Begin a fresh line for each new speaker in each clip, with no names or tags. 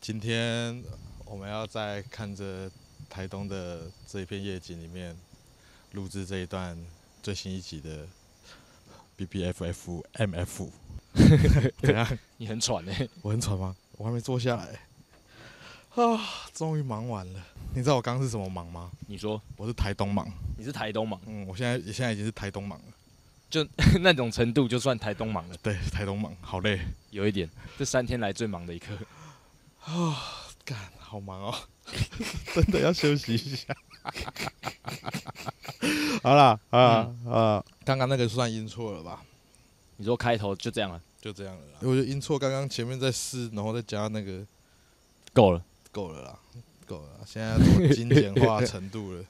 今天我们要在看着台东的这一片夜景里面，录制这一段最新一集的 B B F F M F。怎样？
你很喘哎、欸，
我很喘吗？我还没坐下来。啊，终于忙完了。你知道我刚刚是什么忙吗？
你说
我是台东忙。
你是台东盲，
嗯，我现在现在已经是台东忙了。
就 那种程度就算台东盲了，
对，台东忙，好累
有一点。这三天来最忙的一刻，
啊，干，好忙哦， 真的要休息一下。 好啦，好啦，啊，刚刚那个算音错了吧？
你说开头就这样了，
就这样了啦。我觉得音错，刚刚前面在试，然后再加那个，
够了
够了啦，够了啦。现在要做精简化程度 了，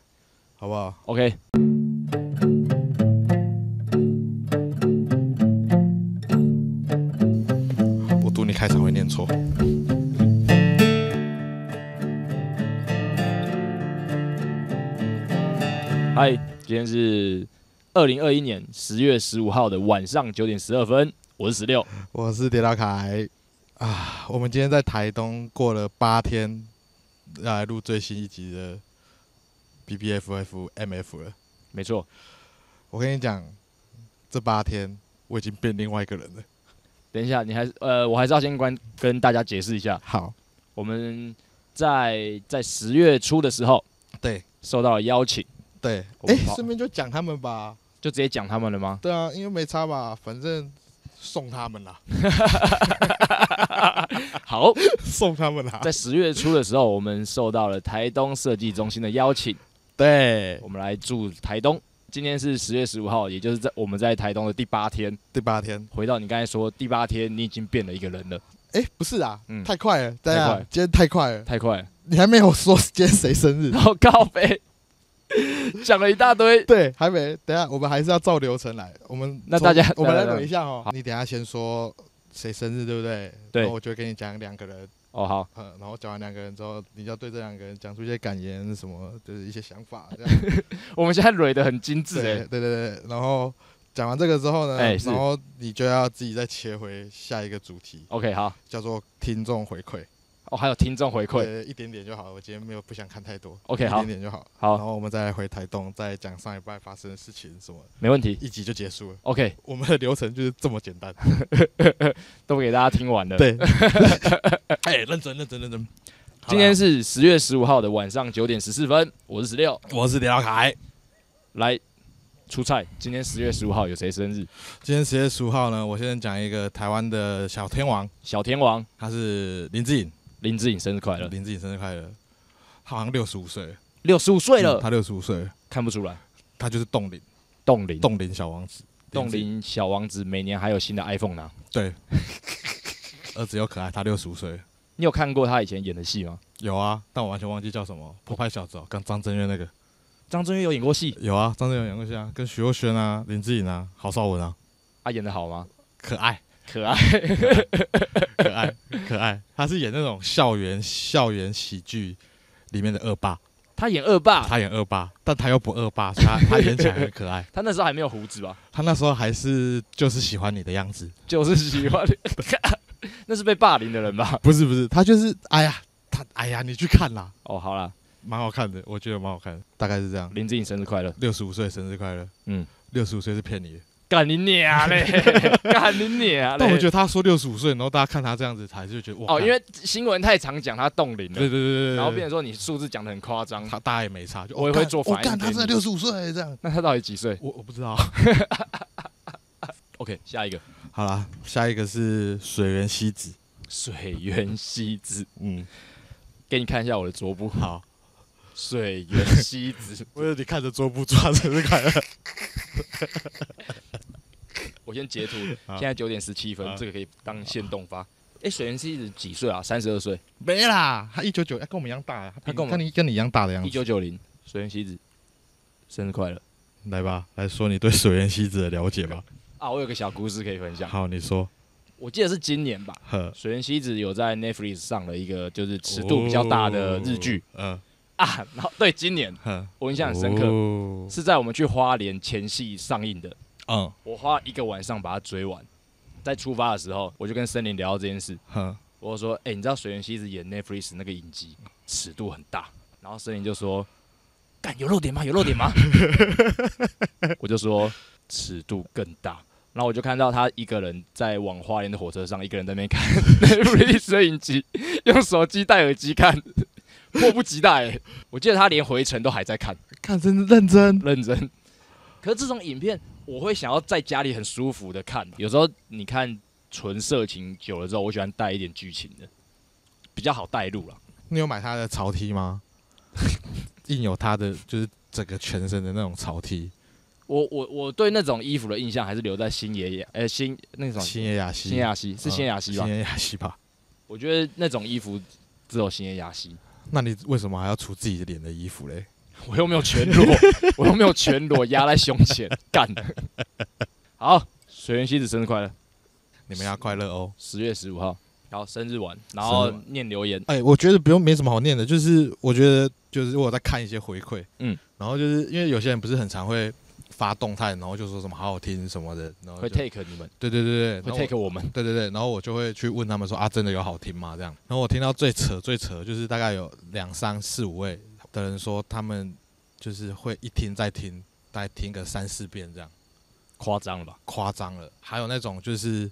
好不好？
，OK。
我赌你开场会念错。
嗨，今天是二零二一年十月十五号的晚上九点十二分，我是十六，
我是铁大凯啊，我们今天在台东过了八天，要来录最新一集的 B B F F M F 了。
没错，
我跟你讲，这八天我已经变另外一个人了。
等一下，你还是呃，我还是要先关跟大家解释一下，
好，
我们在在十月初的时候
对
受到了邀请，
对，
我
哎、
们跑
顺便就讲他们吧。
就直接讲他们了吗？
对啊，因为没差吧，反正送他们啦，
好，
送他们啦。
在十月初的时候，我们受到了台东设计中心的邀请，
对，
我们来住台东。今天是十月十五号，也就是在我们在台东的第八天。
第八天，
回到你刚才说第八天，你已经变了一个人了，
哎、不是啊，
嗯
太快了，对
太
啊
快，
今天太快了，
太快了。
你还没有说今天谁生日
然。后告白，讲了一大 堆。
对，还没。等一下，我们还是要照流程来。我们
那
从
大家
我们
来
来
来来
捋一下哦。你等一下先说谁生日，对不对？
对
然后我就会跟你讲两个人，
哦，好，
呃，然后讲完两个人之后，你要对这两个人讲出一些感言，什么就是一些想法，这 样。
我们现在蕊的很精致
对对
哎。
对对。然后讲完这个之后呢，
哎是
然后你就要自己再切回下一个主题，
OK，好。
叫做听众回馈。
哦，还有听众回馈。
对，一点点就好。我今天没有不想看太多。
OK，
一
好
点，点就好。然
好，
后我们再来回台东，再讲上一拜发生的事情什么，
没问题。
一集就结束了。
OK，
我们的流程就是这么简 单。
都给大家听完了。，
对， 哎、认真认真认真。
今天
是
是十月十五号的晚上九点十四分，我是十六，
我是李老凯，
来出菜。今天十月十五号有谁生日？
今天十月十五号呢，我先讲一个台湾的小天王，
小天王
他是林志颖，
林志颖生日快乐，
林志颖生日快乐。他好像六十五岁，
六十五岁了
嗯，他六十五岁，
看不出来。
他就是冻龄
冻龄，
冻龄小王子，
冻
林志颖
龄小王子每年还有新的 iPhone 拿。
对， 儿子又可爱，他六十五岁。
你有看过他以前演的戏吗？
有啊，但我完全忘记叫什么，破坏小子哦，跟张震岳那个
张震岳有演过戏，
有啊，张震岳演过戏啊，跟徐若瑄啊、林志颖啊、郝邵文啊，
他、演的好吗？
可爱。
可爱，
可 爱可爱，他是演那种校园校园喜剧里面的恶霸，
他演恶霸，
他演恶霸，但他又不恶霸，所以 他他演起来很可爱。
他那时候还没有胡子吧？
他那时候还是就是喜欢你的样子，
就是喜欢， 那是被霸凌的人吧？
啊不是不是，他就是哎呀，他哎呀，你去看啦，
哦，好啦，
蛮好看的，我觉得蛮好看的，大概是这样。
林志颖生日快乐，
六十五岁生日快乐，
嗯，
六十五岁是骗你的，
干你娘嘞， 干你娘嘞！
但我觉得他说六十五岁，然后大家看他这样子，还是觉得哇，
哦，
干
因为新闻太常讲他冻龄
对对对
了，
对对，
然后变
对
成说你数字讲的很夸张，
他大家也没差，就
我也
哦
会
干
做
哦
反应
干他
给
真的
你
六十五岁这样，
那他到底几岁
我我不知道。
？OK，下一个
好啦，下一个是水源希子。
水原希子，
嗯，
给你看一下我的桌布，
好，
水原希子，
我有你看着桌布抓着这个，
我先截图，
好
现在九点十七分，
好
这个可以当现动发。哎，水原希子几岁啊？三十二岁，
没啦，他一九九，跟我们一样大，啊
他跟我们
你跟你一样大的样
一
子。
九九零，水原希子，生日快乐
来吧，来说你对水源希子的了解吧。
啊！我有个小故事可以分享，
好， 你说。
我记得是今年吧，
呵，
水原希子有在 Netflix 上了一个就是尺度比较大的日剧、
哦。
啊，然后对，今年
嗯，呵，
我印
印
象很深刻，
哦、
是在我们去花莲前戏上映的，
嗯，
我花一个晚上把它追完。在出发的时候，我就跟森林聊到这件事，
呵，
我说：“哎、你知道水原希子演 Netflix 那个影集尺度很大。”然后森林就说：“干有漏点吗？有漏点吗？” 我就说：“尺度更大。”然后我就看到他一个人在往花莲的火车上，一个人在那边看 Netflix 的影集，用手机戴耳机看，迫不及待、欸。我记得他连回程都还在看，
看真的认真，
认真。 可是这种影片，我会想要在家里很舒服的看。有时候你看纯色情久了之后，我喜欢带一点剧情的，比较好带入啦。
你有买他的潮 T 吗？ 印有他的就是整个全身的那种潮 T，
我我我对那种衣服的印象还是留在星爷爷，呃，星那种
星野雅希，
星野雅西是
嗯
星野雅西吧
星？野雅希吧？
我觉得那种衣服只有星野雅西，
那你为什么还要出自己的脸的衣服嘞？
我又没有全裸， 我又没有全裸压在胸 前，干。好，水原希子生日快乐，
你们要快乐哦！
十月十五号，然后生日晚，然后
生日晚
念留言，
哎、我觉得不用没什么好念的，就是我觉得就是我有在看一些回馈，
嗯，
然后就是因为有些人不是很常会发动态，然后就说什么好好听什么的，然后
会
就
take 你们，
对对对对，
会
然后我
take 我们。
对对对，然后我就会去问他们说啊，真的有好听吗？这样，然后我听到最扯最扯就是大概有两三四五位的人说他们就是会一听再听，大概听个三四遍这样，
夸张了吧？
夸张了。还有那种就是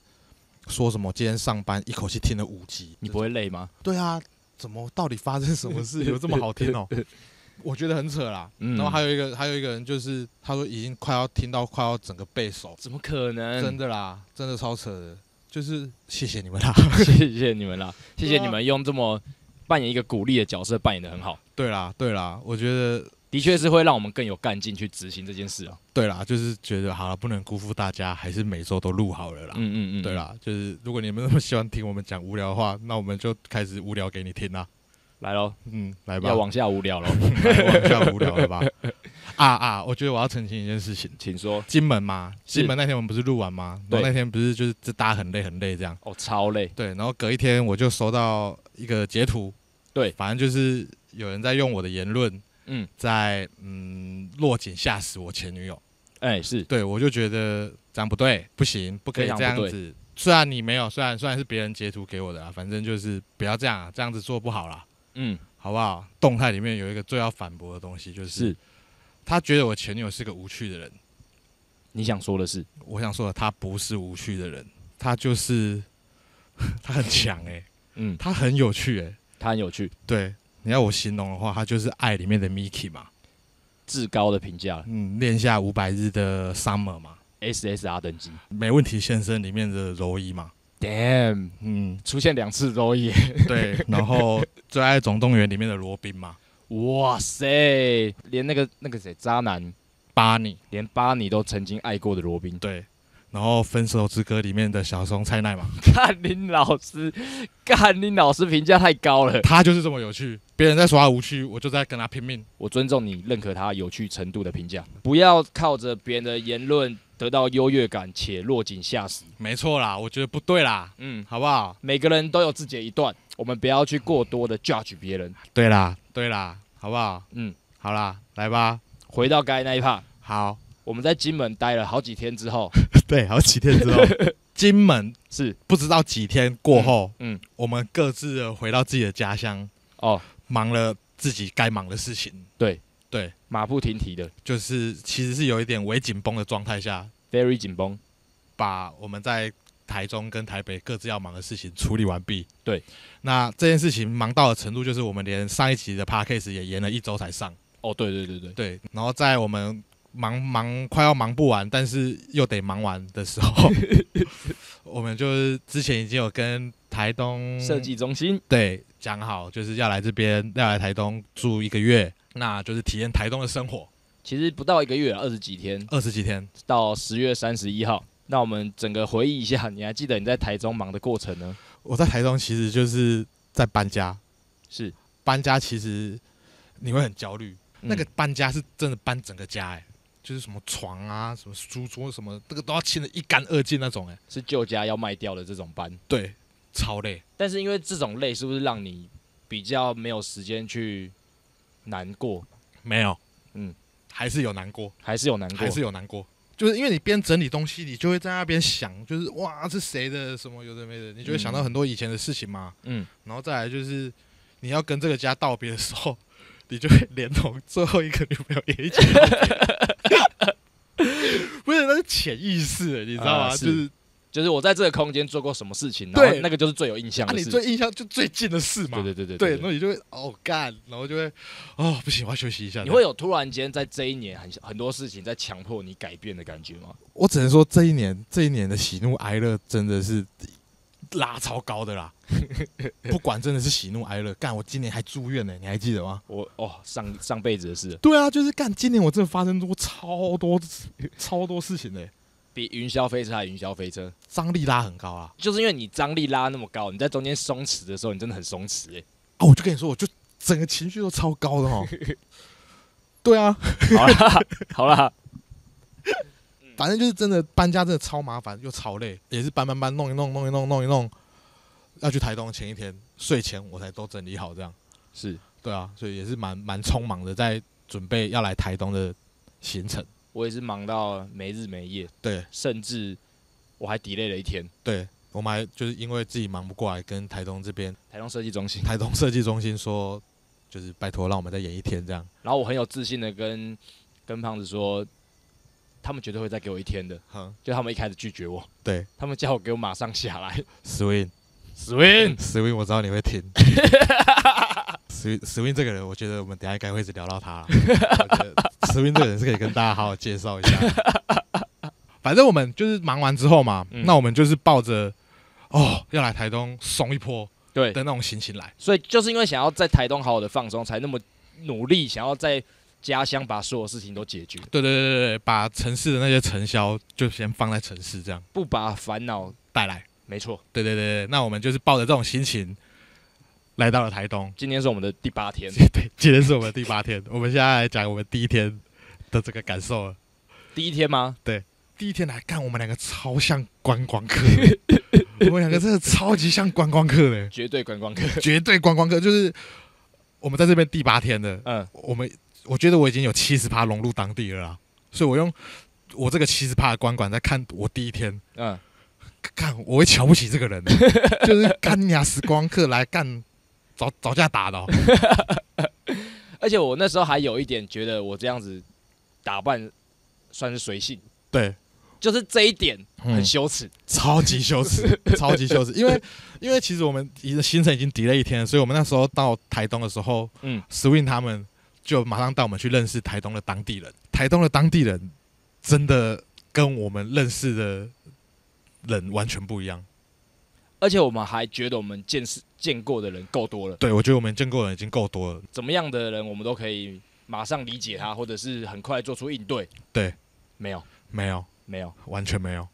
说什么今天上班一口气听了五集，
你不会累吗？
对啊，怎么到底发生什么 事？有这么好听哦？我觉得很扯啦。
嗯
然后还有一个，还有一个人就是他说已经快要听到快要整个背熟，
怎么可能？
真的啦，真的超扯的。就是嗯谢谢你们啦。
谢谢你们啦，谢谢你们用这么扮演一个鼓励的角色，扮演的很好，
对啦，对啦，我觉得
的确是会让我们更有干劲去执行这件事啊。
对啦，就是觉得好了，不能辜负大家，还是每周都录好了啦。
嗯嗯嗯，
对，啦，就是如果你们那么喜欢听我们讲无聊的话，那我们就开始无聊给你听啦。
来喽，
嗯，来吧，
要往下无聊喽，
来 往下无聊了吧？啊啊，我觉得我要澄清一件事情。
请说。
金门嘛，
是
金门那天我们不是录完吗？然
对
后那天不是就是大家很累很累这样。
哦，超累，
对，然后隔一天我就收到一个截图，
对
反正就是有人在用我的言论，
嗯，
在嗯落井下石我前女友。
哎，是
对，我就觉得这样不对，不行，不可以
非常
这样
不对
子。虽然你没有，虽然虽然是别人截图给我的啊，反正就是不要这样、啊，这样子做不好啦，
嗯
好不好？动态里面有一个最要反驳的东西，就是
是，
他觉得我前女友是个无趣的人。
你想说的是，
我想说的，他不是无趣的人，他就是 他很强哎、
嗯，
他很有趣哎、
他很有趣，
对，你要我形容的话，他就是爱里面的 Miki 嘛，
至高的评价
嗯，恋下五百日的 Summer 嘛，
，SSR 等级
没问题先生里面的柔一嘛，
，damn，
嗯，
出现两次都耶，
对，然后最爱总动员里面的罗宾嘛，
哇塞，连那个那个谁渣男，
巴尼
连巴尼都曾经爱过的罗宾，
对，然后分手之歌里面的小松菜奈嘛，
干林老师，干林老师评价太高了。
他就是这么有趣，别人在说他无趣，我就在跟他拼命。
我尊重你认可他有趣程度的评价，不要靠着别人的言论得到优越感且落井下石。
没错啦，我觉得不对啦，
嗯，
好不好？
每个人都有自己的一段，我们不要去过多的 judge 别人。
对啦，对啦，好不好？
嗯，
好啦，来吧。
回到该那一趴，
好，
我们在金门待了好几天之 后，
对，好几天之后， 金门
是
不知道几天过后，
嗯嗯
我们各自的回到自己的家乡，
哦，
忙了自己该忙的事情，
马不停蹄的
就是其实是有一点微紧绷的状态下，
，very 紧绷。
把我们在台中跟台北各自要忙的事情处理完毕。
对，
那这件事情忙到的程度，就是我们连上一集的 p a c a s e 也延了一周才上。
哦，对对对对，
对，然后在我们忙忙快要忙不完，但是又得忙完的时 候，我们就是之前已经有跟台东
设计中心
对讲好，就是要来这边，要来台东住一个月，那就是体验台东的生活，
其实不到一个月啊，二十几天，
二十几天。
到十月三十一号。那我们整个回忆一下，你还记得你在台中忙的过程呢？
我在台东其实就是在搬家，
是、
搬家其实你会很焦虑，
嗯
那个搬家是真的搬整个家、欸，就是什么床啊、什么书桌什么，这个都要清的一干二净那种、欸，哎，
是旧家要卖掉的这种班。
对，超累。
但是因为这种累，是不是让你比较没有时间去难过？
没有，
嗯，
还是有难过，
还是有难过？
还是有难过。就是因为你边整理东西，你就会在那边想，就是哇是谁的什么有的没的，你就会想到很多以前的事情嘛。
嗯，
然后再来就是你要跟这个家道别的时候， 你就会连同最后一个女朋友也一起道 别。不是，那是潜意识，欸你知道吗？
啊是
就是
就是我在这个空间做过什么事情，然
对
后那个就是最有印象
啊，
的
你
事
最
情。
印象就最近的事嘛。
对对对对
对，
对
然后你就会哦干，然后就会哦不行，我要休息一下。
你会有突然间在这一年很很多事情在强迫你改变的感觉吗？
我只能说这一年这一年的喜怒哀乐真的是拉超高的啦，不管真的是喜怒哀乐。干，我今年还住院呢、你还记得吗？
我哦，上上辈子的事，
对啊，就是干，今年我真的发生过超多超多事情的、
比云霄飞车还云霄飞车，
张力拉很高啊。
就是因为你张力拉那么高，你在中间松弛的时候，你真的很松弛 哎、
啊，我就跟你说，我就整个情绪都超高的哦。对啊，
好啦，好啦，
反正就是真的搬家真的超麻烦又超累，也是搬搬搬弄一弄弄一弄弄一弄，要去台东前一天睡前我才都整理好这样。
是
对啊，所以也是蛮蛮匆忙的，在准备要来台东的行程。
我也是忙到没日没夜，
对
甚至我还 delay 了一天。
对，我们还就是因为自己忙不过来，跟台东这边
台东设计中心，
台东设计中心说，就是拜托让我们再演一天这样。
然后我很有自信的跟跟胖子说，他们绝对会再给我一天的。
哼，
就他们一开始拒绝我，
对
他们叫我给我马上下来
，Swing
，swing。
Swing，我知道你会 听。Swing Swing 这个人，我觉得我们等一下应该会一直聊到他啦。我觉得 Swing 这个人是可以跟大家好好介绍一 下。反正我们就是忙完之后嘛，
嗯
那我们就是抱着哦要来台东松一波
对
的，那种心情来。
所以就是因为想要在台东好好的放松，才那么努力想要在家乡把所有事情都解决，
对对对对对，把城市的那些尘嚣就先放在城市这样
不把烦恼，
带来。
没错，
对对对对，那我们就是抱着这种心情来到了台东。
今天是我们的第八天，
对， 今天是我们第八 天，我们现在来讲我们第一天的这个感受了。
第一天吗？
第一天来看，我们两个超像观光 客，我们两个真的超级像观光客 的，
绝对观光客，
绝对观光客。就是我们在这边第八天的，
嗯，
我们我觉得我已经有七十趴融入当地了啦，所以我用我这个七十趴的观感在看我第一天
嗯，
干，我会瞧不起这个人欸，就是干你啊，时光客来干，找找架打的、哦。
而且我那时候还有一点觉得我这样子打扮算是随性，
对，
就是这一点
嗯
很羞耻，
超级羞 耻，超级羞耻，因为因为其实我们已经行程已经 delay 一天了，所以我们那时候到台东的时候，
嗯
嗯，Swing 他们就马上带我们去认识台东的当地人，台东的当地人真的跟我们认识的人完全不一样。
而且我们还觉得我们见识见过的人够多了，
对，我觉得我们见过的人已经够多了。
怎么样的人我们都可以马上理解他，或者是很快做出应对。
对，
没有，
没有，
没有，
完全没有。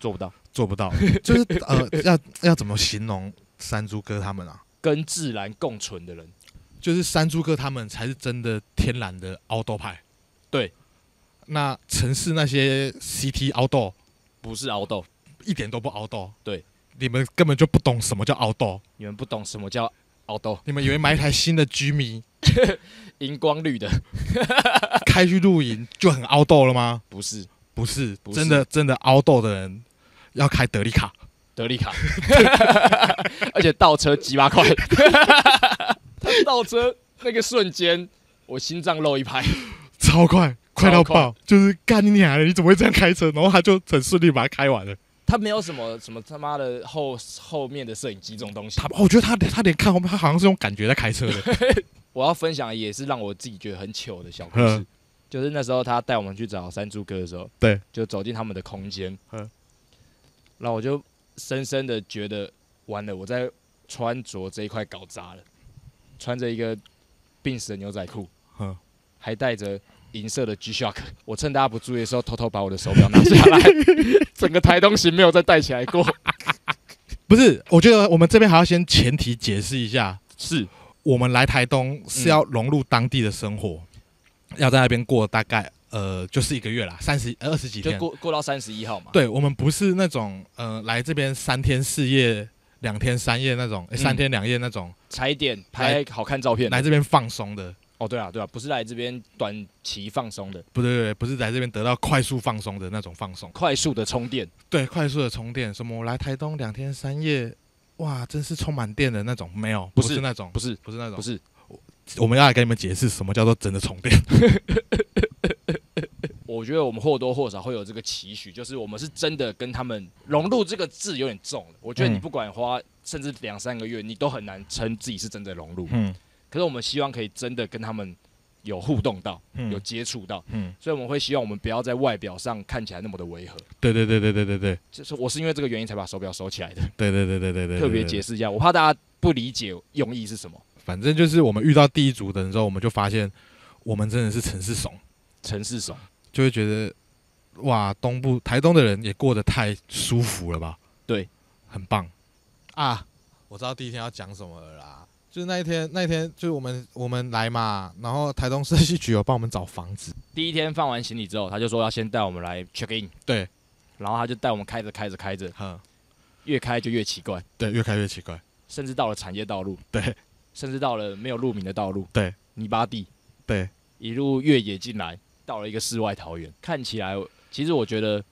做不到，
做 不到，就是呃，要要怎么形容山猪哥他们啊？
跟自然共存的人。
就是山猪哥他们才是真的天然的 outdoor 派。
对，
那城市那些 CT outdoor
不是熬豆，
一点都不 outdoor。
对，
你们根本就不懂什么叫 outdoor，
你们不懂什么叫熬豆，
你们以为买一台新的 G 米
荧光绿的
开去露营就很 outdoor 了吗？
不是
不是，
不是
真的真的 outdoor 的人要开德利卡，
德利卡， 而且倒车几八块， 他倒车那个瞬间，我心脏漏一拍，
超快，快到
超快
爆，就是干你娘的！你怎么会这样开车？然后他就很顺利把它开完了。
他没有什么什么他妈的后后面的摄影机这种东西
他。哦我觉得他他连看后面，他好像是用感觉在开车的。
我要分享的也是让我自己觉得很糗的小故事
嗯，
就是那时候他带我们去找山猪哥的时候，
对，
就走进他们的空间，
嗯
然后我就深深的觉得完了，我在穿着这一块搞砸了，穿着一个病死的牛仔裤，
嗯
还带着银色的 G Shock，我趁大家不注意的时候偷偷把我的手表拿下来，整个台东行没有再戴起来过，
不是，我觉得我们这边还要先前提解释一下，
是
我们来台东
嗯
是要融入当地的生活，要在那边过大概呃就是一个月啦，三十二十几
就
天。
过过到三十一号嘛，
对我们不是那种呃来这边三天四夜、两天三夜那种，诶
嗯
三天两夜那种、
踩点拍好看照片，
来这边放松的。
哦，对啊，对啊，不是来这边短期放松的，
不对，不是在这边得到快速放松的那种放松，
快速的充电。
对，快速的充电。什么我来台东两天三夜，哇，真是充满电的那种，没有，
不
不
是
那种，
不是，
不是那种
不，是，
我们要来跟你们解释什么叫做真的充电。
我觉得我们或多或少会有这个期许，就是我们是真的跟他们融入这个字有点重了。我觉得你
嗯
不管花甚至两三个月，你都很难称自己是真的融入。
嗯
可是我们希望可以真的跟他们有互动到，有
嗯
接触到，
嗯，
所以我们会希望我们不要在外表上看起来那么的违和。
对对对对对对对
就是我是因为这个原因才把手表收起来的，
对对对对对对，
特别解
解。
释一下，我怕大家不理解用意是什么。
反正就是我们遇到第一组的人之后，我们就发现我们真的是城市怂，
城市手
就会觉得哇，东部台东的人也过得太舒服了吧？
对，
很棒啊！我知道第一天要讲什么了啦，就是那一天，那一天就是我们我们来嘛，然后台东社区局有帮我们找房子，
第一天放完行李之后，他就说要先带我们来 check in，
对，
然后他就带我们开着开着开着，
哼，
越开就越奇怪。
对，越开越奇怪，
甚至到了产业道路，
对，
甚至到了没有路名的道路，
对，
泥巴地，
对，
一路越野进来，到了一个世外桃源。看起来，其实我觉得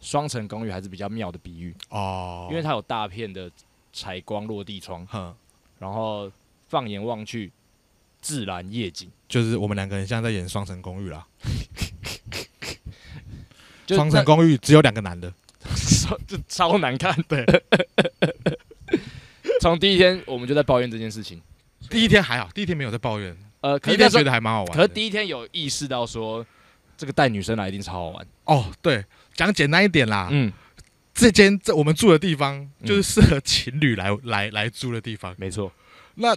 双层公寓还是比较妙的比喻，
哦，
因为它有大片的采光落地窗，
哼，
然后放眼望去，自然夜景。
就是我们两个人现在在演《双城公寓》啦，《
就
双
那
城公寓》只有两个男的，
超就超难看。对， 从第一天我们就在抱怨这件事情。
第一天还好，第一天没有在抱怨，
呃，可
第一
是
天
那时
觉
候，
得还蛮好玩的。
可是第一天有意识到说，这个带女生来一定超好玩。
哦，对，讲简单一点啦，
嗯，
这间这我们住的地方
嗯
就是适合情侣来 来来住的地方。
没错，
那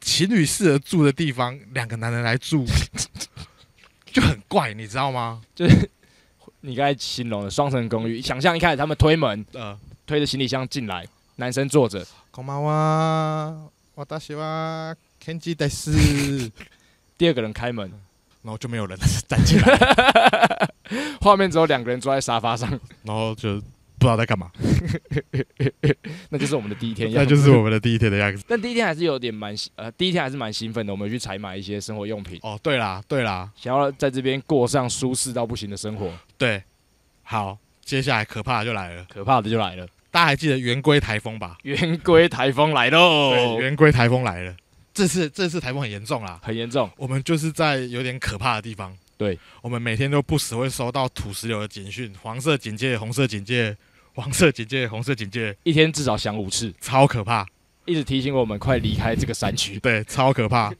情侣适合住的地方，两个男人来住 就很怪，你知道吗？
你刚才形容的双层公寓，想象一开始他们推门，
呃，
推着行李箱进来，男生坐着，
こんばんは、私はケンジです。
第二个人开门，
然后就没有人 站进来，
画面只有两个人坐在沙发上，
然后就不知道在干嘛。
那就是我们的第一天
那
样子。
就是我们的第一天的样子。
但第一天还是有点蛮呃，第一天还是蛮兴奋的，我们去采买一些生活用品，
哦，对啦，对啦，
想要在这边过上舒适到不行的生活。
对，好，接下来可怕的就来了。
可怕的就来了，
大家还记得圆规台风吧？哦
圆规台风来喽
对，，圆规台风来了。这次这次台风很严重啦，
很严重。
我们就是在有点可怕的地方。
对，
我们每天都不时会收到土石流的警讯，黄色警戒、红色警戒、黄色警戒、红色警戒，
一天至少响五次，
超可怕。
一直提醒我们快离开这个山区。
对，超可怕。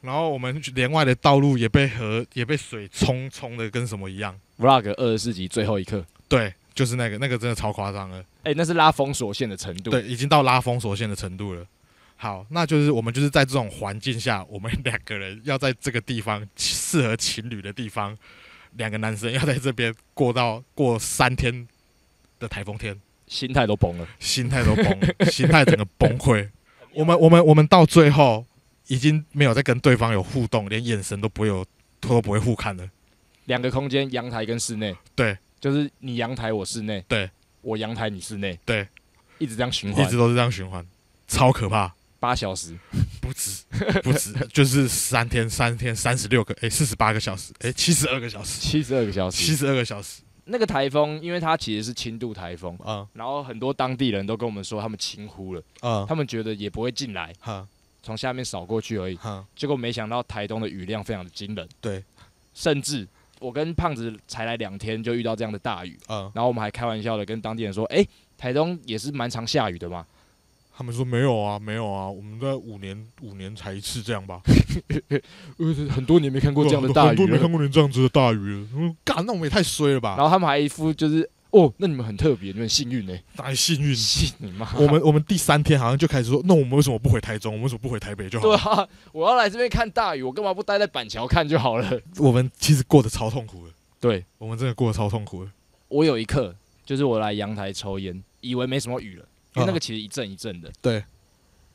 然后我们连外的道路也被河也被水冲冲的跟什么一样。
Vlog 二十四集最后一刻，
对，就是那个那个真的超夸张了。
哎、那是拉封锁线的程度。
对，已经到拉封锁线的程度了。好，那就是我们就是在这种环境下，我们两个人要在这个地方适合情侣的地方，两个男生要在这边过到过三天的台风天，
心态都崩了。
心态都崩了， 心态整个崩溃。我们我们我们到最后已经没有再跟对方有互动，连眼神都不会有，都不会互看了。
两个空间，阳台跟室内。
对，
就是你阳台，我室内。
对，
我阳台，你室内。
对，
一直这样循
一
环
直都是这样循环，超可怕。
八小时，
不止，不止，就是三天，三天，三十六个，哎，四十八个小时，哎，七十二个小时，
七十二个小时
七。十二个小时，
那个台风，因为它其实是轻度台风，
嗯
然后很多当地人都跟我们说他们轻忽了，
嗯，
他们觉得也不会进来，
哈
从下面扫过去而已。
哈，
结果没想到台东的雨量非常的惊人，
对，
甚至我跟胖子才来两天就遇到这样的大雨，
嗯，
然后我们还开玩笑的跟当地人说，哎、台东也是蛮常下雨的嘛，
他们说没有啊，没有啊，我们在五年五年才一次这样吧，
呃，很多年没看过这样的大
很多
雨
没
了
看。过你这样子的大雨了，嗯，干，那我们也太衰了 吧，
然后他们还一副就是，哦，那你们很特别，你们很幸运呢、欸
太幸哎运。
信 你妈！
我们我们第三天好像就开始说，那我们为什么不回台中？我们为什么不回台北就好
对
了？
啊，我要来这边看大雨，我干嘛不待在板桥看就好了？
我们其实过得超痛苦的，
对
我们真的过得超痛苦的。
我有一刻，就是我来阳台抽烟，以为没什么雨了，因为
啊
那个其实一阵一阵的。
嗯对，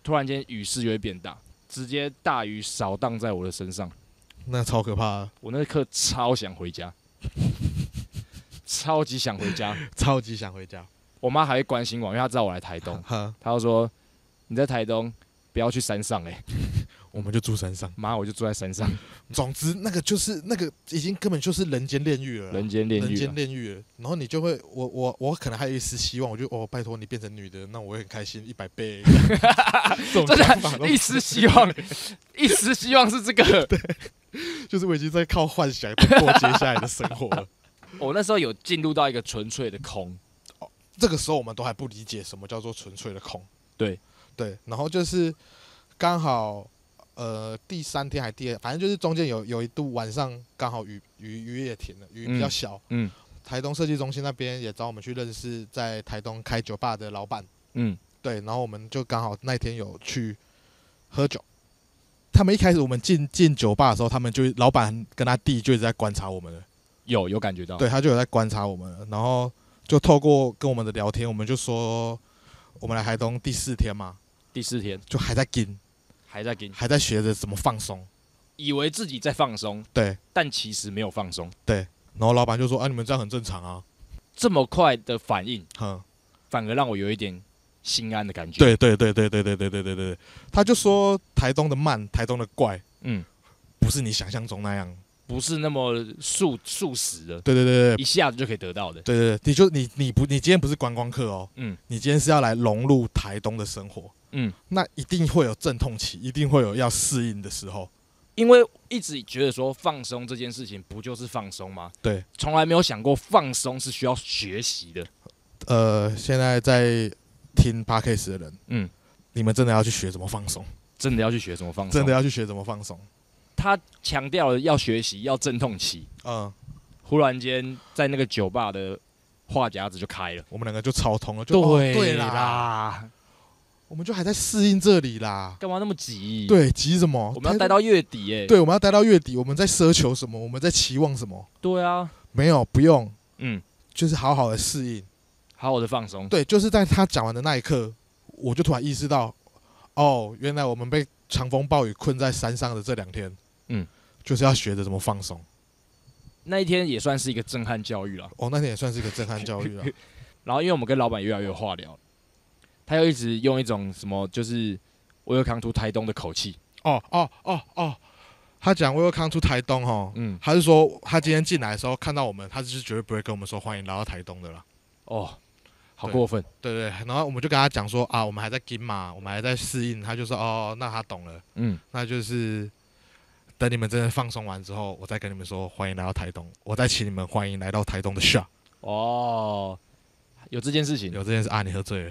突然间雨势就会变大，直接大雨扫荡在我的身上，
那超可怕的，
我那一刻超想回家， 超级想回家。
超级想回家。
我妈还会关心我，因为她知道我来台东，
哈，
她就说你在台东不要去山上哎、
我们就住山上。
妈，我就住在 山上，
总之，那个就是那个已经根本就是人间炼狱了啦，
人间炼
人
狱
间
啊。
炼狱了。然后你就会，我我我可能还有一丝希望，我就哦，拜托你变成女的，那我会很开心一百 倍。这种
真
想法都
的，一丝希望，一丝希望是这个。
就是我已经在靠幻想在过接下来的生活 了。
我那时候有进入到一个纯粹的空，
这个时候我们都还不理解什么叫做纯粹的空。
对
对，然后就是刚好呃第三天还第二，反正就是中间有有一度晚上刚好雨雨雨也停了，雨比较小。
嗯
台东设计中心那边也找我们去认识在台东开酒吧的老板，
嗯，
对，然后我们就刚好那天有去喝酒。他们一开始我们进进酒吧的时候，他们就老板跟他弟就一直在观察我们了。
有有感觉到，
对他就有在观察我们了，然后就透过跟我们的聊天，我们就说我们来台东第四天嘛，
第四天
就还在跟，
还在给你，
还在学着怎么放松。
以为自己在放松，
对，
但其实没有放松，
然后老板就说：“啊，你们这样很正常啊。
这么快的反应，”
哼，
反而让我有一点心安的感觉。，
对对对对对对对对对对对，他就说台东的慢，台东的怪，
嗯，
不是你想象中那样。
不是那么速速食的，
对对对对
一下子就可以得到的。
对对，对你就你你不你今天不是观光客哦，
嗯
你今天是要来融入台东的生活，
嗯，
那一定会有阵痛期，一定会有要适应的时候。
因为一直觉得说放松这件事情不就是放松吗？
对，
从来没有想过放松是需要学习的。
呃，现在在听 podcast 的人，
嗯，
你们真的要去学怎么放松，
真的要去学怎么放松。
真的，要去学怎么放松。
他强调了要学习，要阵痛期。
嗯，
忽然间，在那个酒吧的话匣子就开了。
我们两个就超通了，就哦对啦，，我们就还在适应这里啦。
干嘛那么急？，
对，急什么？
我们要待到月底耶。
哦对，我们要待到月底，我们在奢求什么？我们在期望什么？
对啊，
没有，不用，
嗯，
就是好好的适应。
好好的放松。
对，就是在他讲完的那一刻，我就突然意识到，哦，原来我们被强风暴雨困在山上的这两天，
嗯，
就是要学着怎么放松。
那一天也算是一个震撼教育了。
哦，那天也算是一个震撼教育啊了。
然后因为我们跟老板越来越有话聊，他又一直用一种什么就是我有扛 o 台东的口气，
哦哦哦哦，他讲 Welcome to 台东哦，
嗯，
他是说他今天进来的时候看到我们，他就是绝对不会跟我们说欢迎来到台东的啦。
哦，好
对
过分，
对对，然后我们就跟他讲说啊，我们还在跟嘛，我们还在适应。他就说哦，那他懂了，
嗯，
那就是等你们真的放松完之后，我再跟你们说欢迎来到台东，我再请你们欢迎来到台东的 s h
哦，有这件事情，
有这件事啊，你喝醉了，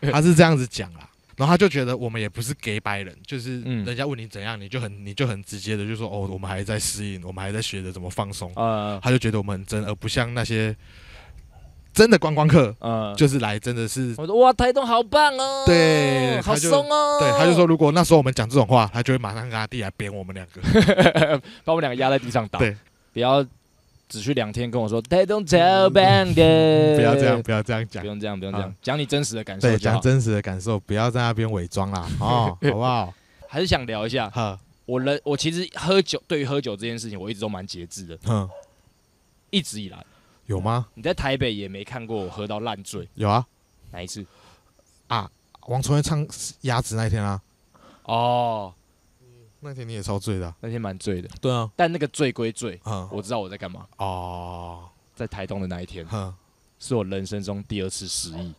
他是这样子讲啦。然后他就觉得我们也不是给白人，就是
嗯
人家问你怎样，你就很你就很直接的就说哦，我们还在适应，我们还在学着怎么放松。
呃
他就觉得我们很真，而不像那些真的观光客，
呃，
就是来真的是。
我说哇，台东好棒哦，
对
好
他就
松哦，
对，他就说，如果那时候我们讲这种话，他就会马上跟他弟来扁我们两个。
把我们两个压在地上打，
对，
不要只去两天跟我说台东超棒的，
嗯不要这样，，不要这样讲
不。用这样，不用这样
啊，
讲你真实的感受
对，
就
讲
好。
真实的感受，不要在那边伪装啦，哦，好不好？
还是想聊一下，
呵，
我人我其实喝酒，对于喝酒这件事情，我一直都蛮节制的，
哼，
一直以来。
有吗？
你在台北也没看过我喝到烂醉
有啊，
哪一次？
王崇渊唱鸭子那一天啊，
哦，
那天你也超醉的啊。
那天蛮醉的，
对啊，
但那个醉归醉，
嗯，
我知道我在干嘛。
哦，
在台东的那一天，
哼，
是我人生中第二次失 忆。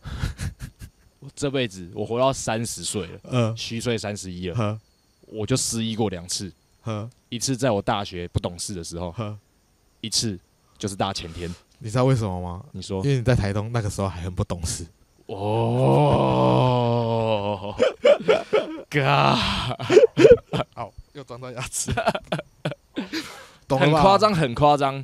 我这辈子我活到三十岁了，
呃，
虚岁三十一了，
呵，
我就失忆过两次，
呵，
一次在我大学不懂事的时候，
呵，
一次就是大前天。
你知道为什么吗？
你说
因为你在台东那个时候还很不懂事。
哦，嘎，
哦，又装到牙齿， 懂了
很
吧？
夸张，很夸张。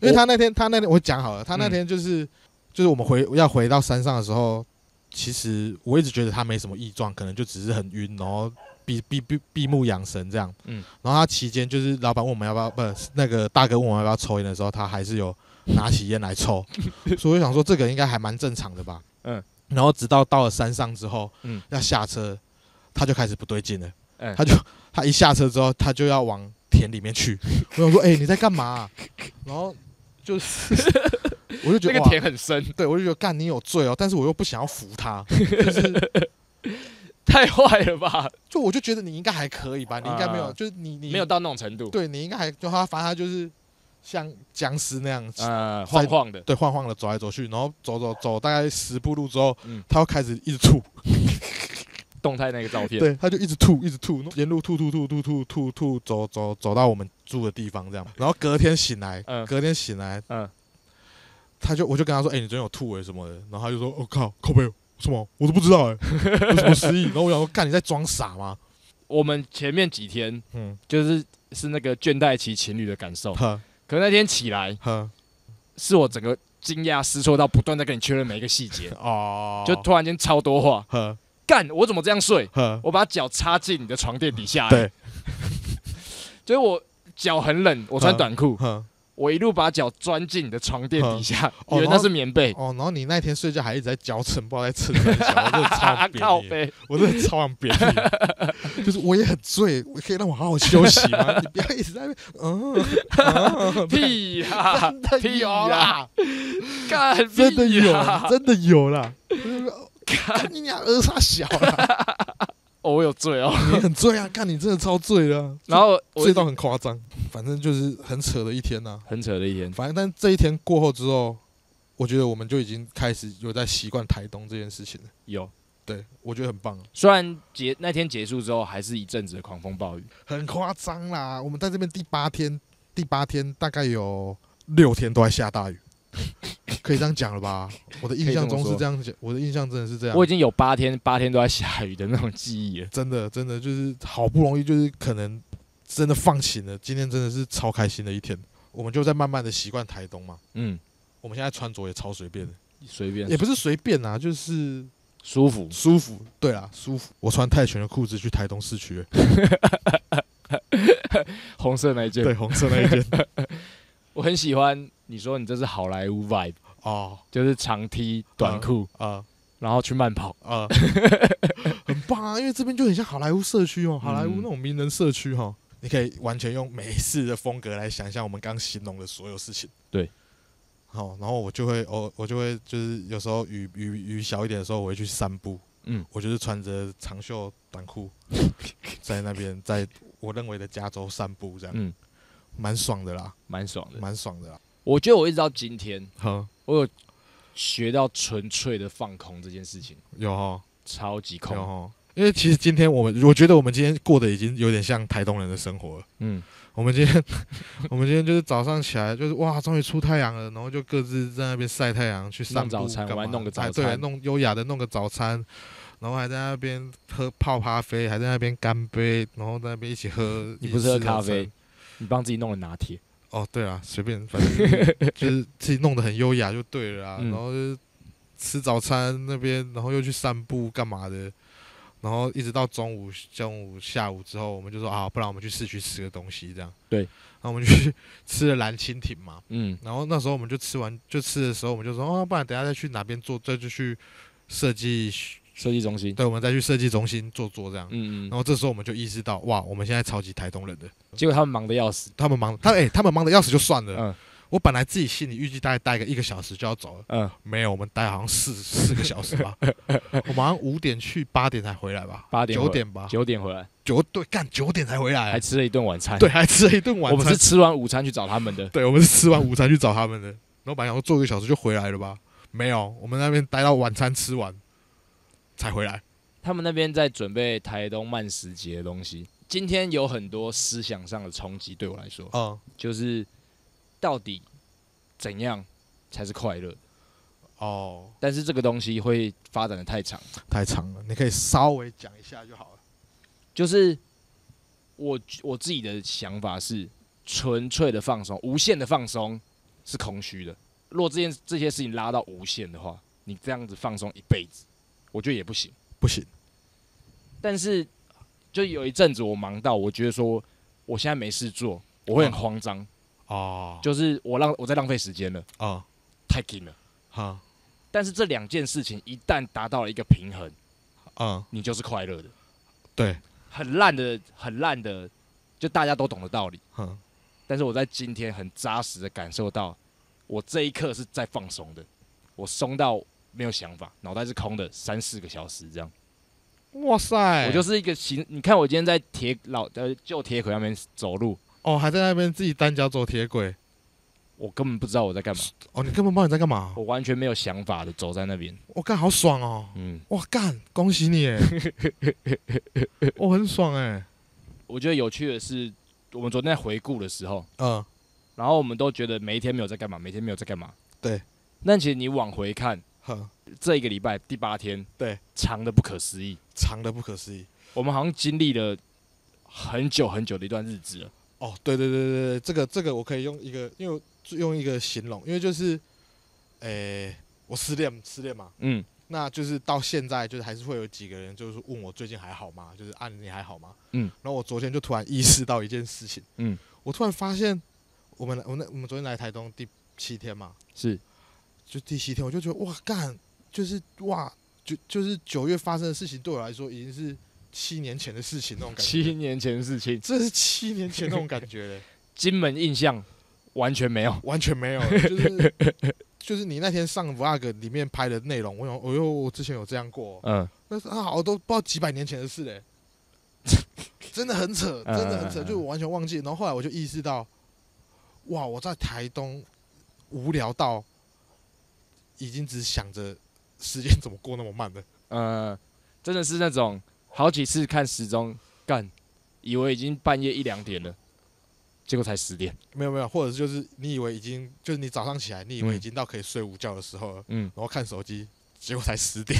因为他那天，他那天我讲好了，
嗯
他那天就是、就是我们回要回到山上的时候，其实我一直觉得他没什么异状，可能就只是很晕，然后闭闭闭闭目养神这样。
嗯
然后他期间就是老板问我们要不要，不是那个大哥问我们要不要抽烟的时候，他还是有拿起烟来 抽，所以我想说这个应该还蛮正常的吧。
嗯。
然后直到到了山上之后，
嗯
要下车，他就开始不对劲了。
嗯
他就他一下车之后，他就要往田里面去。 我想说，哎、你在干嘛啊、然后 就是，我就觉
那
得
个
哇，
田很深，
对我就觉得干你有罪哦，但是我又不想要扶他，就是
太坏了吧？
就我就觉得你应该还可以吧，你应该没有，
啊
就是你你
没有到那种程度，
对你应该还就他，反正他就是像僵尸那样子，
呃，晃晃的，
对，晃晃的走来走去，然后走走走，大概十步路之后，
嗯
他又开始一直吐，
动态那个照片，
对，他就一直吐，一直吐，沿路吐吐吐吐吐吐吐，走走走到我们住的地方这样。然后隔天醒来，
嗯
隔天醒来，
嗯
他就我就跟他说，哎、你昨天有吐哎、什么的，然后他就说，我、靠，靠背什么，我都不知道哎、有什么失忆。然 后我想说，干你在装傻吗？
我们前面几天
嗯，
就是是那个倦怠期情侣的感受，
呵
可是那天起来
呵
是我整个惊讶失措到不断在跟你确认每一个细节，
哦，
就突然间超多话，
呵
干我怎么这样睡？
呵，
我把脚插进你的床垫底下、欸，
对，
就是我脚很冷，我穿
嗯
短裤，
呵
我一路把脚钻进你的床垫底下，
嗯哦
以为
然
那
后
是棉被，
哦，然后你那天睡觉还一直在嚼唇，不知道在吃什么，我真的超
啊 靠
扁你。
背，
我真的超想扁你， 就是我也很醉，我可以让我好好休息吗？你不要一直在那边，嗯，嗯
屁 呀、屁
有
呀、
啦，
干屁呀，啊
真的有，真的有 啦，看你俩二傻小啦，
哦，我有醉 哦，
你很醉啊，看你真的超醉了，
然后我
醉到很夸张，反正就是很扯的一天呐、
很扯的一天，
反正但这一天过后之后，我觉得我们就已经开始有在习惯台东这件事情了，
有，
对我觉得很棒啊。
虽然结那天结束之后还是一阵子的狂风暴雨，
很夸张啦！我们在这边第八天，第八天大概有六天都在下大雨，可以这样讲了吧？我的印象中是这样讲，我的印象真的是这样
我已。经有八天八天都在下雨的那种记忆了，
真的，真的就是好不容易，就是可能真的放晴了。今天真的是超开心的一天，我们就在慢慢的习惯台东嘛。
嗯，
我们现在穿着也超随便的，
随便
也不是随便啊，就是
舒服，
舒服。对啦，舒服。我穿泰拳的裤子去台东市区了，
红色那一件，
对，红色那一 件。
我很喜欢你说你这是好莱坞 vibe，
哦，
就是长 T 短裤，
啊、
然后去慢跑，
啊，很棒啊！因为这边就很像好莱坞社区哦，好莱
嗯
坞那种名人社区哈、哦，你可以完全用美式的风格来想象我们刚形容的所有事情。
对，
好、然后我就会，哦我我就会就是有时候雨雨雨小一点的时候，我会去散步。
嗯，
我就是穿着长袖短 裤，在那边在我认为的加州散步，这样，
嗯，
蛮爽的啦，
蛮爽的。
蛮爽的啦。
我觉得我一直到今天，
好，
我有学到纯粹的放空这件事情，
有哦，
超级
有
空，
哦。因为其实今天我们，我觉得我们今天过得已经有点像台东人的生活了。
嗯，
我们今天， 我们今天就是早上起来，就是哇，终于出太阳了，然后就各自在那边晒太阳，去散步，
弄早餐
干嘛
我还弄个早餐
哎对，弄优雅的弄个早餐，然后还在那边喝泡咖啡，还在那边干杯，然后在那边一起喝。
你不是喝
一起吃
咖
早餐
啡？你帮自己弄了拿铁，
哦，对啊，随便，反正就是 就是自己弄得很优雅就对了啊。
嗯
然后就是吃早餐那边，然后又去散步干嘛的，然后一直到中午、中午、下午之后，我们就说啊，不然我们去市区吃个东西这样。
对
然后我们就去 吃了蓝蜻蜓嘛，
嗯，
然后那时候我们就吃完就吃的时候，我们就说哦，不然等一下再去哪边坐，再就去设计，
设计中心，
对，我们再去设计中心坐坐这样。
嗯
然
嗯，
后这时候我们就意识到，哇，我们现在超级台东人的，
结果他们忙得要死，
他们忙，他哎、他们忙的要死就算了，
嗯
我本来自己心里预计大概待个一个小时就要走了，
嗯，
没有，我们待好像 四四个小时吧。我们好像五点去，八点才回来吧，
八点回
九点吧，
九点回来，
九对干九点才回来
还
啊，
吃了一顿晚哎餐，
对，，还吃了一顿晚
我们
餐
是。吃完午餐去找他们的，
对，我们是吃完午餐去找他们的，然后本来想说坐一个小时就回来了吧，没有，我们那边待到晚餐吃完才回来。
他们那边在准备台东慢食节的东西。今天有很多思想上的冲击，对我来说，
嗯，
就是到底怎样才是快乐？
哦，
但是这个东西会发展的太长，
太长了，你可以稍微讲一下就好了。
就是我我自己的想法是，纯粹的放松，无限的放松是空虚的。如果这件这些事情拉到无限的话，你这样子放松一辈子，我觉得也不行。
不行，
但是就有一阵子我忙到，我觉得说我现在没事做，我会很慌张，
哦，就
就是我浪我在浪费时间了，
啊，
太紧了。
哈，
但是这两件事情一旦达到了一个平衡，
嗯，
你就是快乐的。
对，
很烂的，很烂的，就大家都懂的道理。
嗯，
但是我在今天很扎实的感受到，我这一刻是在放松的，我松到没有想法，脑袋是空的，三四个小时这样。
哇塞！
我就是一个行，你看我今天在铁老呃旧铁轨上面走路，
哦，还在那边自己单脚走铁轨。
我根本不知道我在干嘛，
哦，你根本不知道你在干嘛。
我完全没有想法的走在那边，
我干、好爽哦！
嗯，
哇干，恭喜 你！哎我很爽哎。
我觉得有趣的是，我们昨天在回顾的时候，
嗯，
然后我们都觉得每一天没有在干嘛，每天没有在干嘛。
对。
但其实你往回看，
呵，
这一个礼拜第八天，
对，
长的不可思议。
长的不可思议。
我们好像经历了很久很久的一段日子了。
哦，对对对对对，这个这个我可以用一个，因为我用一个形容，因为就是，诶、我失恋失恋嘛，
嗯，
那就是到现在就是还是会有几个人就是问我最近还好吗？就是啊你还好吗？
嗯，
然后我昨天就突然意识到一件事情，
嗯，
我突然发现我们来我那我们昨天来台东第七天嘛，
是
就第七天我就觉得哇干，就是哇就就是九月发生的事情对我来说已经是七年前的事情那种感觉，
七年前的事情，
这是七年前那种感觉嘞。
金门印象完全没有。
完全没有了，就是 就是你那天上 vlog 里面拍的内容，我想，哦呦，我之前有这样过哦，
嗯，
但是啊，我都不知道几百年前的事嘞， 真的很扯，真的很扯，
嗯嗯嗯嗯
就我完全忘记。然后后来我就意识到，哇，我在台东无聊到已经只想着时间怎么过那么慢了。
呃，真的是那种好几次看时钟，干，以为已经半夜一两点了，结果才十点。
没有没有，或者是就是你以为已经就是你早上起来，你以为
嗯
已经到可以睡午觉的时候了，
嗯，
然后看手机，结果才十点。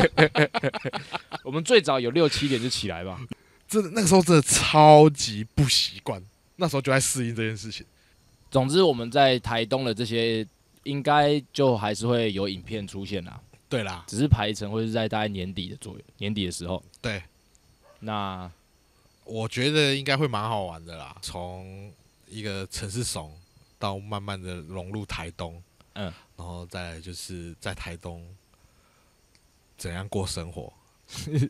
啊我们最早有六七点就起来吧。
真的那个时候真的超级不习惯，那时候就在适应这件事情。
总之，我们在台东的这些应该就还是会有影片出现啦，
对啦，
只是排程会是在大概年底的左右，年底的时候。
对，
那
我觉得应该会蛮好玩的啦。从一个城市怂到慢慢的融入台东，
嗯，
然后再来就是在台东怎样过生 活，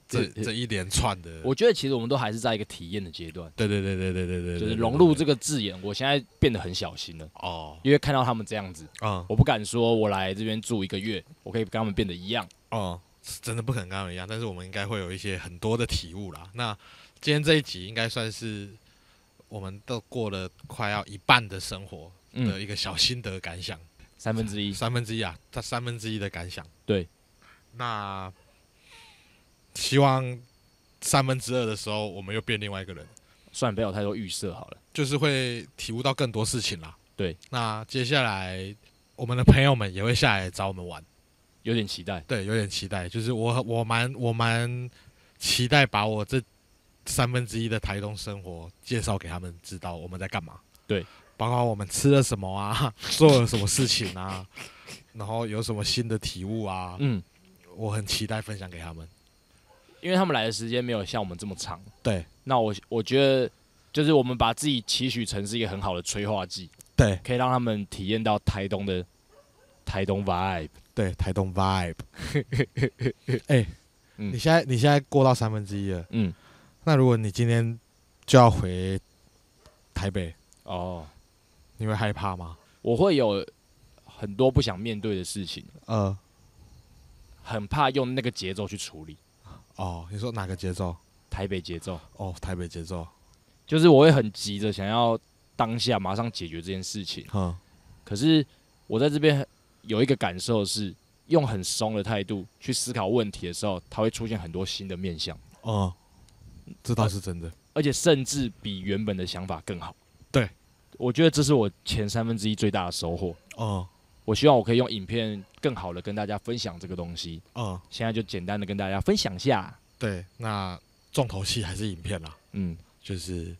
这这一连串的，
我觉得其实我们都还是在一个体验的阶段，
对对对对对对对，
就
对
是融入这个字眼，我现在变得很小心了，
哦，
因为看到他们这样子，
嗯
我不敢说我来这边住一个月，我可以跟他们变得一样。
哦，是真的不可能跟他们一样，但是我们应该会有一些很多的体悟啦。那今天这一集应该算是我们都过了快要一半的生活的
嗯，
一个小心得感想，
三分之一。
三分之一啊，它三分之一的感想。
对，
那希望三分之二的时候，我们又变另外一个人，
算了，不要有太多预设好了。
就是会体悟到更多事情啦。
对，
那接下来我们的朋友们也会下来找我们玩。
有点期待，
对，有点期待。就是我我蛮我蛮期待把我这三分之一的台东生活介绍给他们知道我们在干嘛。
对，
包括我们吃了什么啊， 做了什么事情啊，然后有什么新的体悟啊，
嗯，
我很期待分享给他们。
因为他们来的时间没有像我们这么长。
对
那我我觉得，就是我们把自己期许成是一个很好的催化剂，
对
可以让他们体验到台东的台东 vibe。
对，台东 vibe。哎、
嗯
你现在你现在过到三分之一了，
嗯，
那如果你今天就要回台北，
哦，
你会害怕吗？
我会有很多不想面对的事情，
呃，
很怕用那个节奏去处理
哦，你说哪个节奏？
台北节奏，
哦，台北节奏，
就是我会很急着想要当下马上解决这件事情。
嗯，
可是我在这边有一个感受是，用很松的态度去思考问题的时候，它会出现很多新的面向，
哦、这倒是真的。
而且甚至比原本的想法更好。
对，
我觉得这是我前三分之一最大的收获。
哦、
我希望我可以用影片更好的跟大家分享这个东西。
哦、
现在就简单的跟大家分享一下。
对，那重头戏还是影片啦，
嗯
就是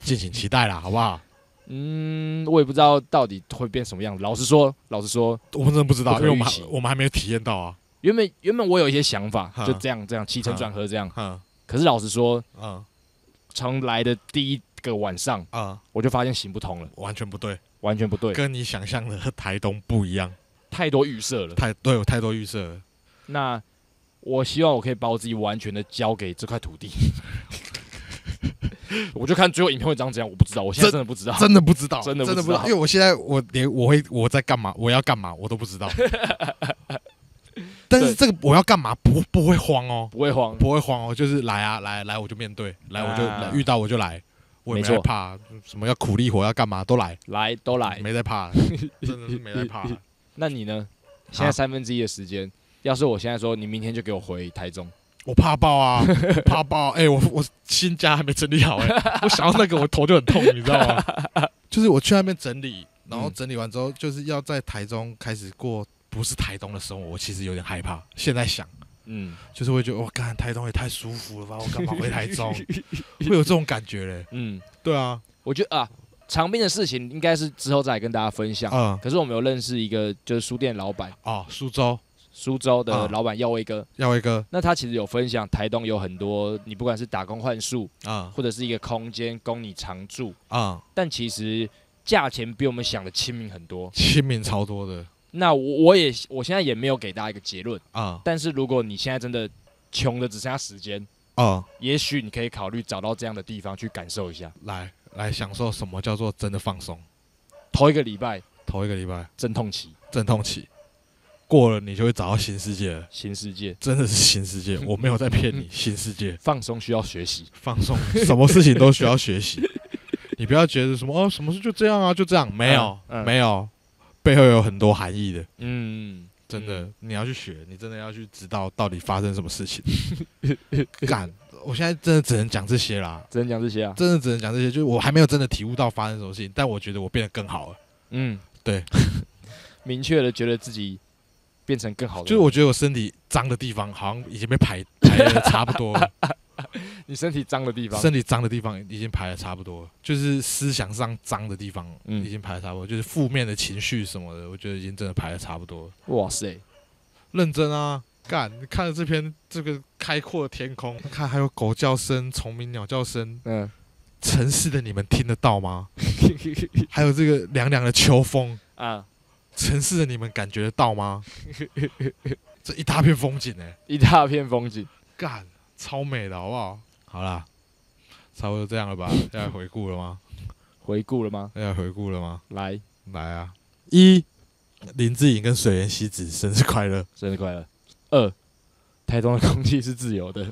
敬请期 待啦，好不好？
嗯，我也不知道到底会变什么样子。老实说，老实说，
我们真的不知道，
不
因
可
为我们
预期
还我们还没有体验到啊。
原本原本我有一些想法
哈，
就这样这样起承转合这样。
嗯
可是老实说，
嗯
从来的第一个晚上，
嗯，
我就发现行不通了，
完全不对，啊
完全不对，
跟你想象的台东不一样，
太多预设了。
太对有太多预设了。
那我希望我可以把我自己完全的交给这块 土地。我就看最后影片会长怎样，我不知道，我现在
真
真的不知道。
真的不知道，
啊真的不
真的
知道
因为 我现在我连我会我在干嘛，我要干嘛，我都不知道。但是这个我要干嘛？不不会慌哦，
不会慌，
不会慌哦，就是来啊，来来我就面对，来我就、
啊
来遇到我就来，我也
没
没
错
害怕，什么要苦力活要干嘛都来，
来都来。
没在怕，真的是没在怕。
那你呢？现在三分之一的时间，要是我现在说你明天就给我回台中，
我怕爆啊， 怕爆！哎、我我新家还没整理好哎、我想到那个我头就很痛，你知道吗？就是我去那边整理，然后
嗯
整理完之后，就是要在台中开始过不是台东的生活，我其实有点害怕。现在想，
嗯
就是会觉得我干台东也太舒服了吧，我干嘛回台中？会有这种感觉嘞？
嗯，
对啊，
我觉得啊，长滨的事情应该是之后再来跟大家分享。
嗯，
可是我们有认识一个就是书店老板，
哦，苏州
苏州的
啊
老板耀威哥，
耀一哥
那他其实有分享台东有很多，你不管是打工换宿，
啊
或者是一个空间供你常住，
啊，
但其实价钱比我们想的亲民很多。
亲民超多的
那我我也我现在也没有给大家一个结论，
啊
但是如果你现在真的穷的只剩下时间，
啊，
也许你可以考虑找到这样的地方去感受一下。
来来享受什么叫做真的放松？
头一个礼拜
头一个礼拜。
阵痛期，
阵痛期过了，你就会找到新世界了。
新世界
真的是新世 界，我没有在骗你。新世界
放松需要学习，
放松，什么事情都需要学习。你不要觉得什么哦，什么事就这样啊，就这样，没有，
嗯嗯
没有，背后有很多含义的。
嗯，
真的，你要去学，你真的要去知道到底发生什么事 情。干，我现在真的只能讲这些啦，
只能讲这些啊，
真的只能讲这些。就是我还没有真的体悟到发生什么事情，但我觉得我变得更好了。
嗯，
对，
明确的觉得自己变成更好的人，
就是我觉得我身体脏的地方好像已经被排排的差不多了。
你身体脏的地方，
身体脏的地方已经排的差不多了，就是思想上脏的地方
嗯
已经排的差不多，就是负面的情绪什么的，我觉得已经真的排的差不多了。
哇塞，
认真啊，干！你看了这篇这个开阔的天空，看还有狗叫声、虫鸣、鸟叫声，
嗯，
城市的你们听得到吗？还有这个凉凉的秋风，
啊，
城市的你们感觉得到吗？这一大片风景哎、
一大片风景，
干，超美的好不好？好啦，差不多这样了吧？要来回顾了吗？
回顾了吗？
要来回顾了吗？
来，
来啊！一，林志颖跟水原希子生日快乐。
生日快乐。二，台东的空气是自由的，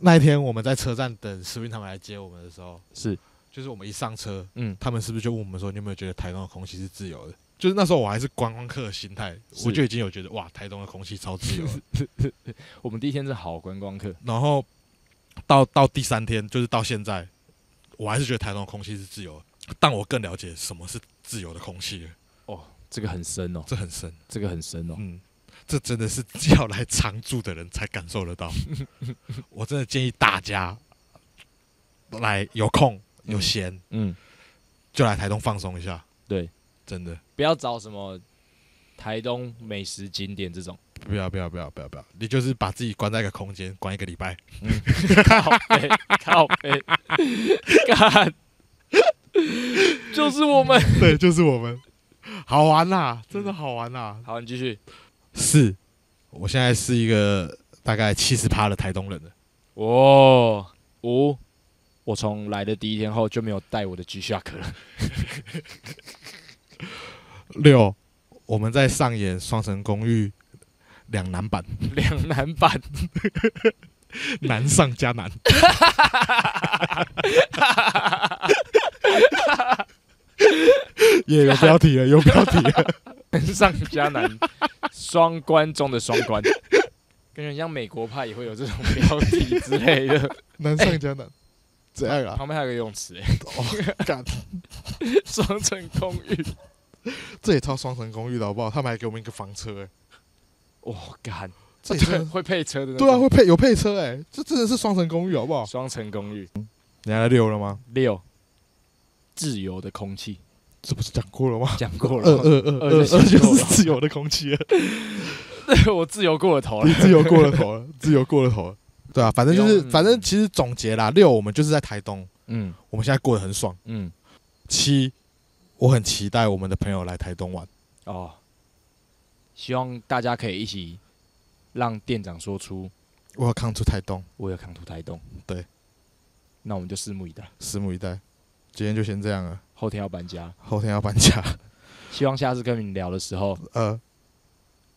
那一天我们在车站等石斌他们来接我们的时候，
是，
就是我们一上车，
嗯，
他们是不是就问我们说，你有没有觉得台东的空气是自由的？就是那时候我还是观光客的心态，
是
我就已经有觉得哇，台东的空气超自由的。
我们第一天是好观光客，
然后到到第三天，就是到现在，我还是觉得台东的空气是自由的，但我更了解什么是自由的空气了，
这个很深哦，
这很深。
这个很深哦，
嗯，这真的是要来常住的人才感受得 到。我真的建议大家来有空有闲、
嗯，
就来台东放松一下，
对，
真的
不要找什么台东美食景点这种，
不要不要不要不要不要，你就是把自己关在一个空间关一个礼拜，
嗯 靠背靠背， 干， 就是我们。
对，就是我们好玩啦，真的好玩啦。
好，你继续，
是，我现在是一个大概七十趴的台东人了。
哇、五。我从来的第一天后就没有带我的 G Shock 了。
六，我们在上演《双城公寓》两难版，
两难 版，
难上加难。也有标题了，有标题了。
难上加难，双关中的双关，跟人像美国派也会有这种标题之类 的。
难上加难，怎样啊？
旁边还有个游泳池、 欸，
哦，干，
双层公寓。
这也超双层公寓的好不好？他们还给我们一个房车、欸，
哇、干，
这也
这
真
个会配车的那
对啊，
种。
会配有配车哎、这真的是双层公寓好不好？
双层公寓。
你还来溜了吗？
六，自由的空气，
这不是讲过了吗？
讲过
二
了，
二二
二
二二
就讲过
就
了
是自由的空气了，
我呃自由过了头了
你。自由过了头了，自由过了头了。对啊，反正就是
不，用
反正其实总结啦，六我们就是在台东，
嗯
我们现在过得很爽。
嗯，
七，我很期待我们的朋友来台东玩。
哦，希望大家可以一起让店长说出
我要抗出台东，
我有扛土台东。
对，
那我们就拭目以待。
拭目以待。今天就先这样了，
后天要搬家，
后天要搬家。
希望下次跟你聊的时候，
呃，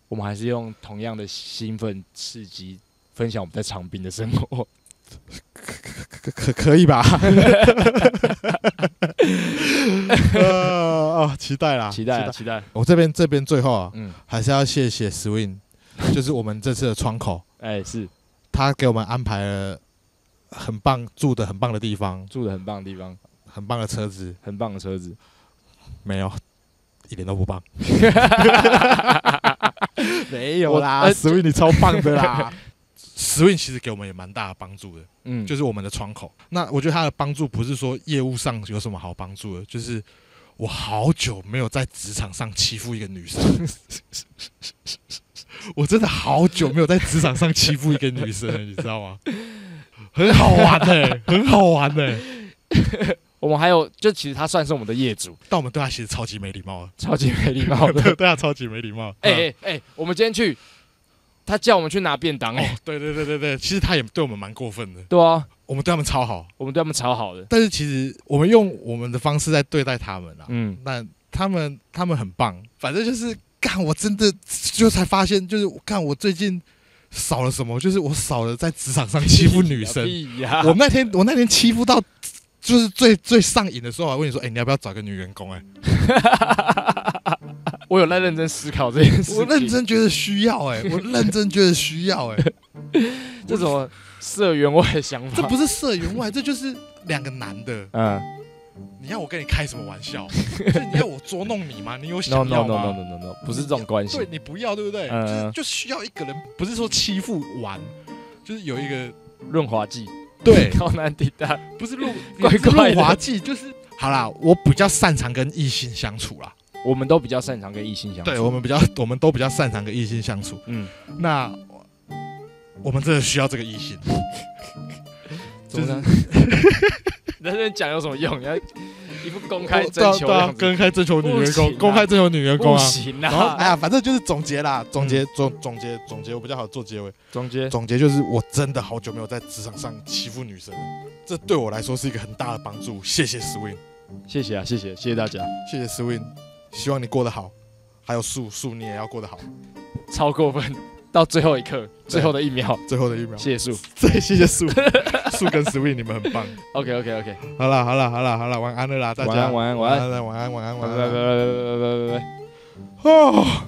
我们还是用同样的兴奋刺激分享我们在长滨的生 活。
可可可以吧？ 呃哦，期待啦，
期待啊，期待。
我这边这边最后啊，
嗯，
还是要谢谢 Swing，就是我们这次的窗口，
哎、是
他给我们安排了很棒住的很棒的地方，
住的很棒的地方，
很棒的车子，
很棒的车子。
没有，一点都不棒。
没
没有啦、
呃
s w i n 你超棒的 啦。Swing 其实给我们也蛮大的帮助的，
嗯，
就是我们的窗口。那我觉得他的帮助不是说业务上有什么好帮助的，就是我好久没有在职场上欺负一个女生， 我真的好久没有在职场上欺负一个女生了，你知道吗？很好玩呢、很好玩欸呢、
我们还有，就其实他算是我们的业主，
但我们对他其实超级没礼貌的，
超级没礼貌 的。
对对他超级没礼貌。
哎哎哎，我们今天去，他叫我们去拿便当、
嗯
哎、
哦，对对对对对，其实他也对我们蛮过分的，
对啊，
我们对他们超好。
我们对他们超好的。
但是其实我们用我们的方式在对待他们啊。
嗯，
那他们他们很棒，反正就是干，我真的就才发现，就是看我最近少了什么，就是我少了在职场上欺负女生。
屁啊呀、
我那天我那天欺负到就是最最上瘾的时候，我还问你说，哎、你要不要找个女员工、哎，
我有在认真思考这件事情。
我认真觉得需要、哎，我认真觉得需要、哎，
啊 这种社员我的想
这
法，
不是社员外，这就是两个男的，
嗯
你要我跟你开什么玩 笑？就是你要我捉弄你吗？你有
，no
想
no
要
no
吗
no no no no，不是这种关系
对。你不要，对不对？
嗯
就是就需要一个人，不是说欺负玩，就是有一个
润滑剂，
对
高难抵达。
不 是润
怪
也不是
怪的
润滑剂，就是好啦。我比较擅长跟异性相处啦，
我们都比较擅长跟异性相处。
对我们比较，我们都比较擅长跟异性相处。
嗯，
那我我们真的需要这个异性，
怎么呢？ 你在这边讲有什么用？你要一副公
我
开
对
征
啊
求
对
的
啊
样，子，
公开征求女员
不行
工，
啊
公开征求女员工
不
啊。
行
然后，哎
啊！嗯
呀，反正就是总结啦，总结总总结总结，我比较好做结尾。
总结，
总结就是，我真的好久没有在职场上欺负女生了，这对我来说是一个很大的帮助。谢谢 Swing，
谢谢啊，谢谢，谢谢大家。
谢谢 Swing，希望你过得好，还有树树你也要过得好。
超过分，到最后一刻，最后的一秒，
最后的一秒，
谢谢树。
对，谢谢树，树跟 Swing 你们很棒。
OK OK OK，
好了好了好了好了，晚安了啦，大
晚
家
安晚安晚
晚
安，
安晚安晚安
拜拜
晚
拜拜
安。
拜拜拜拜。
哦。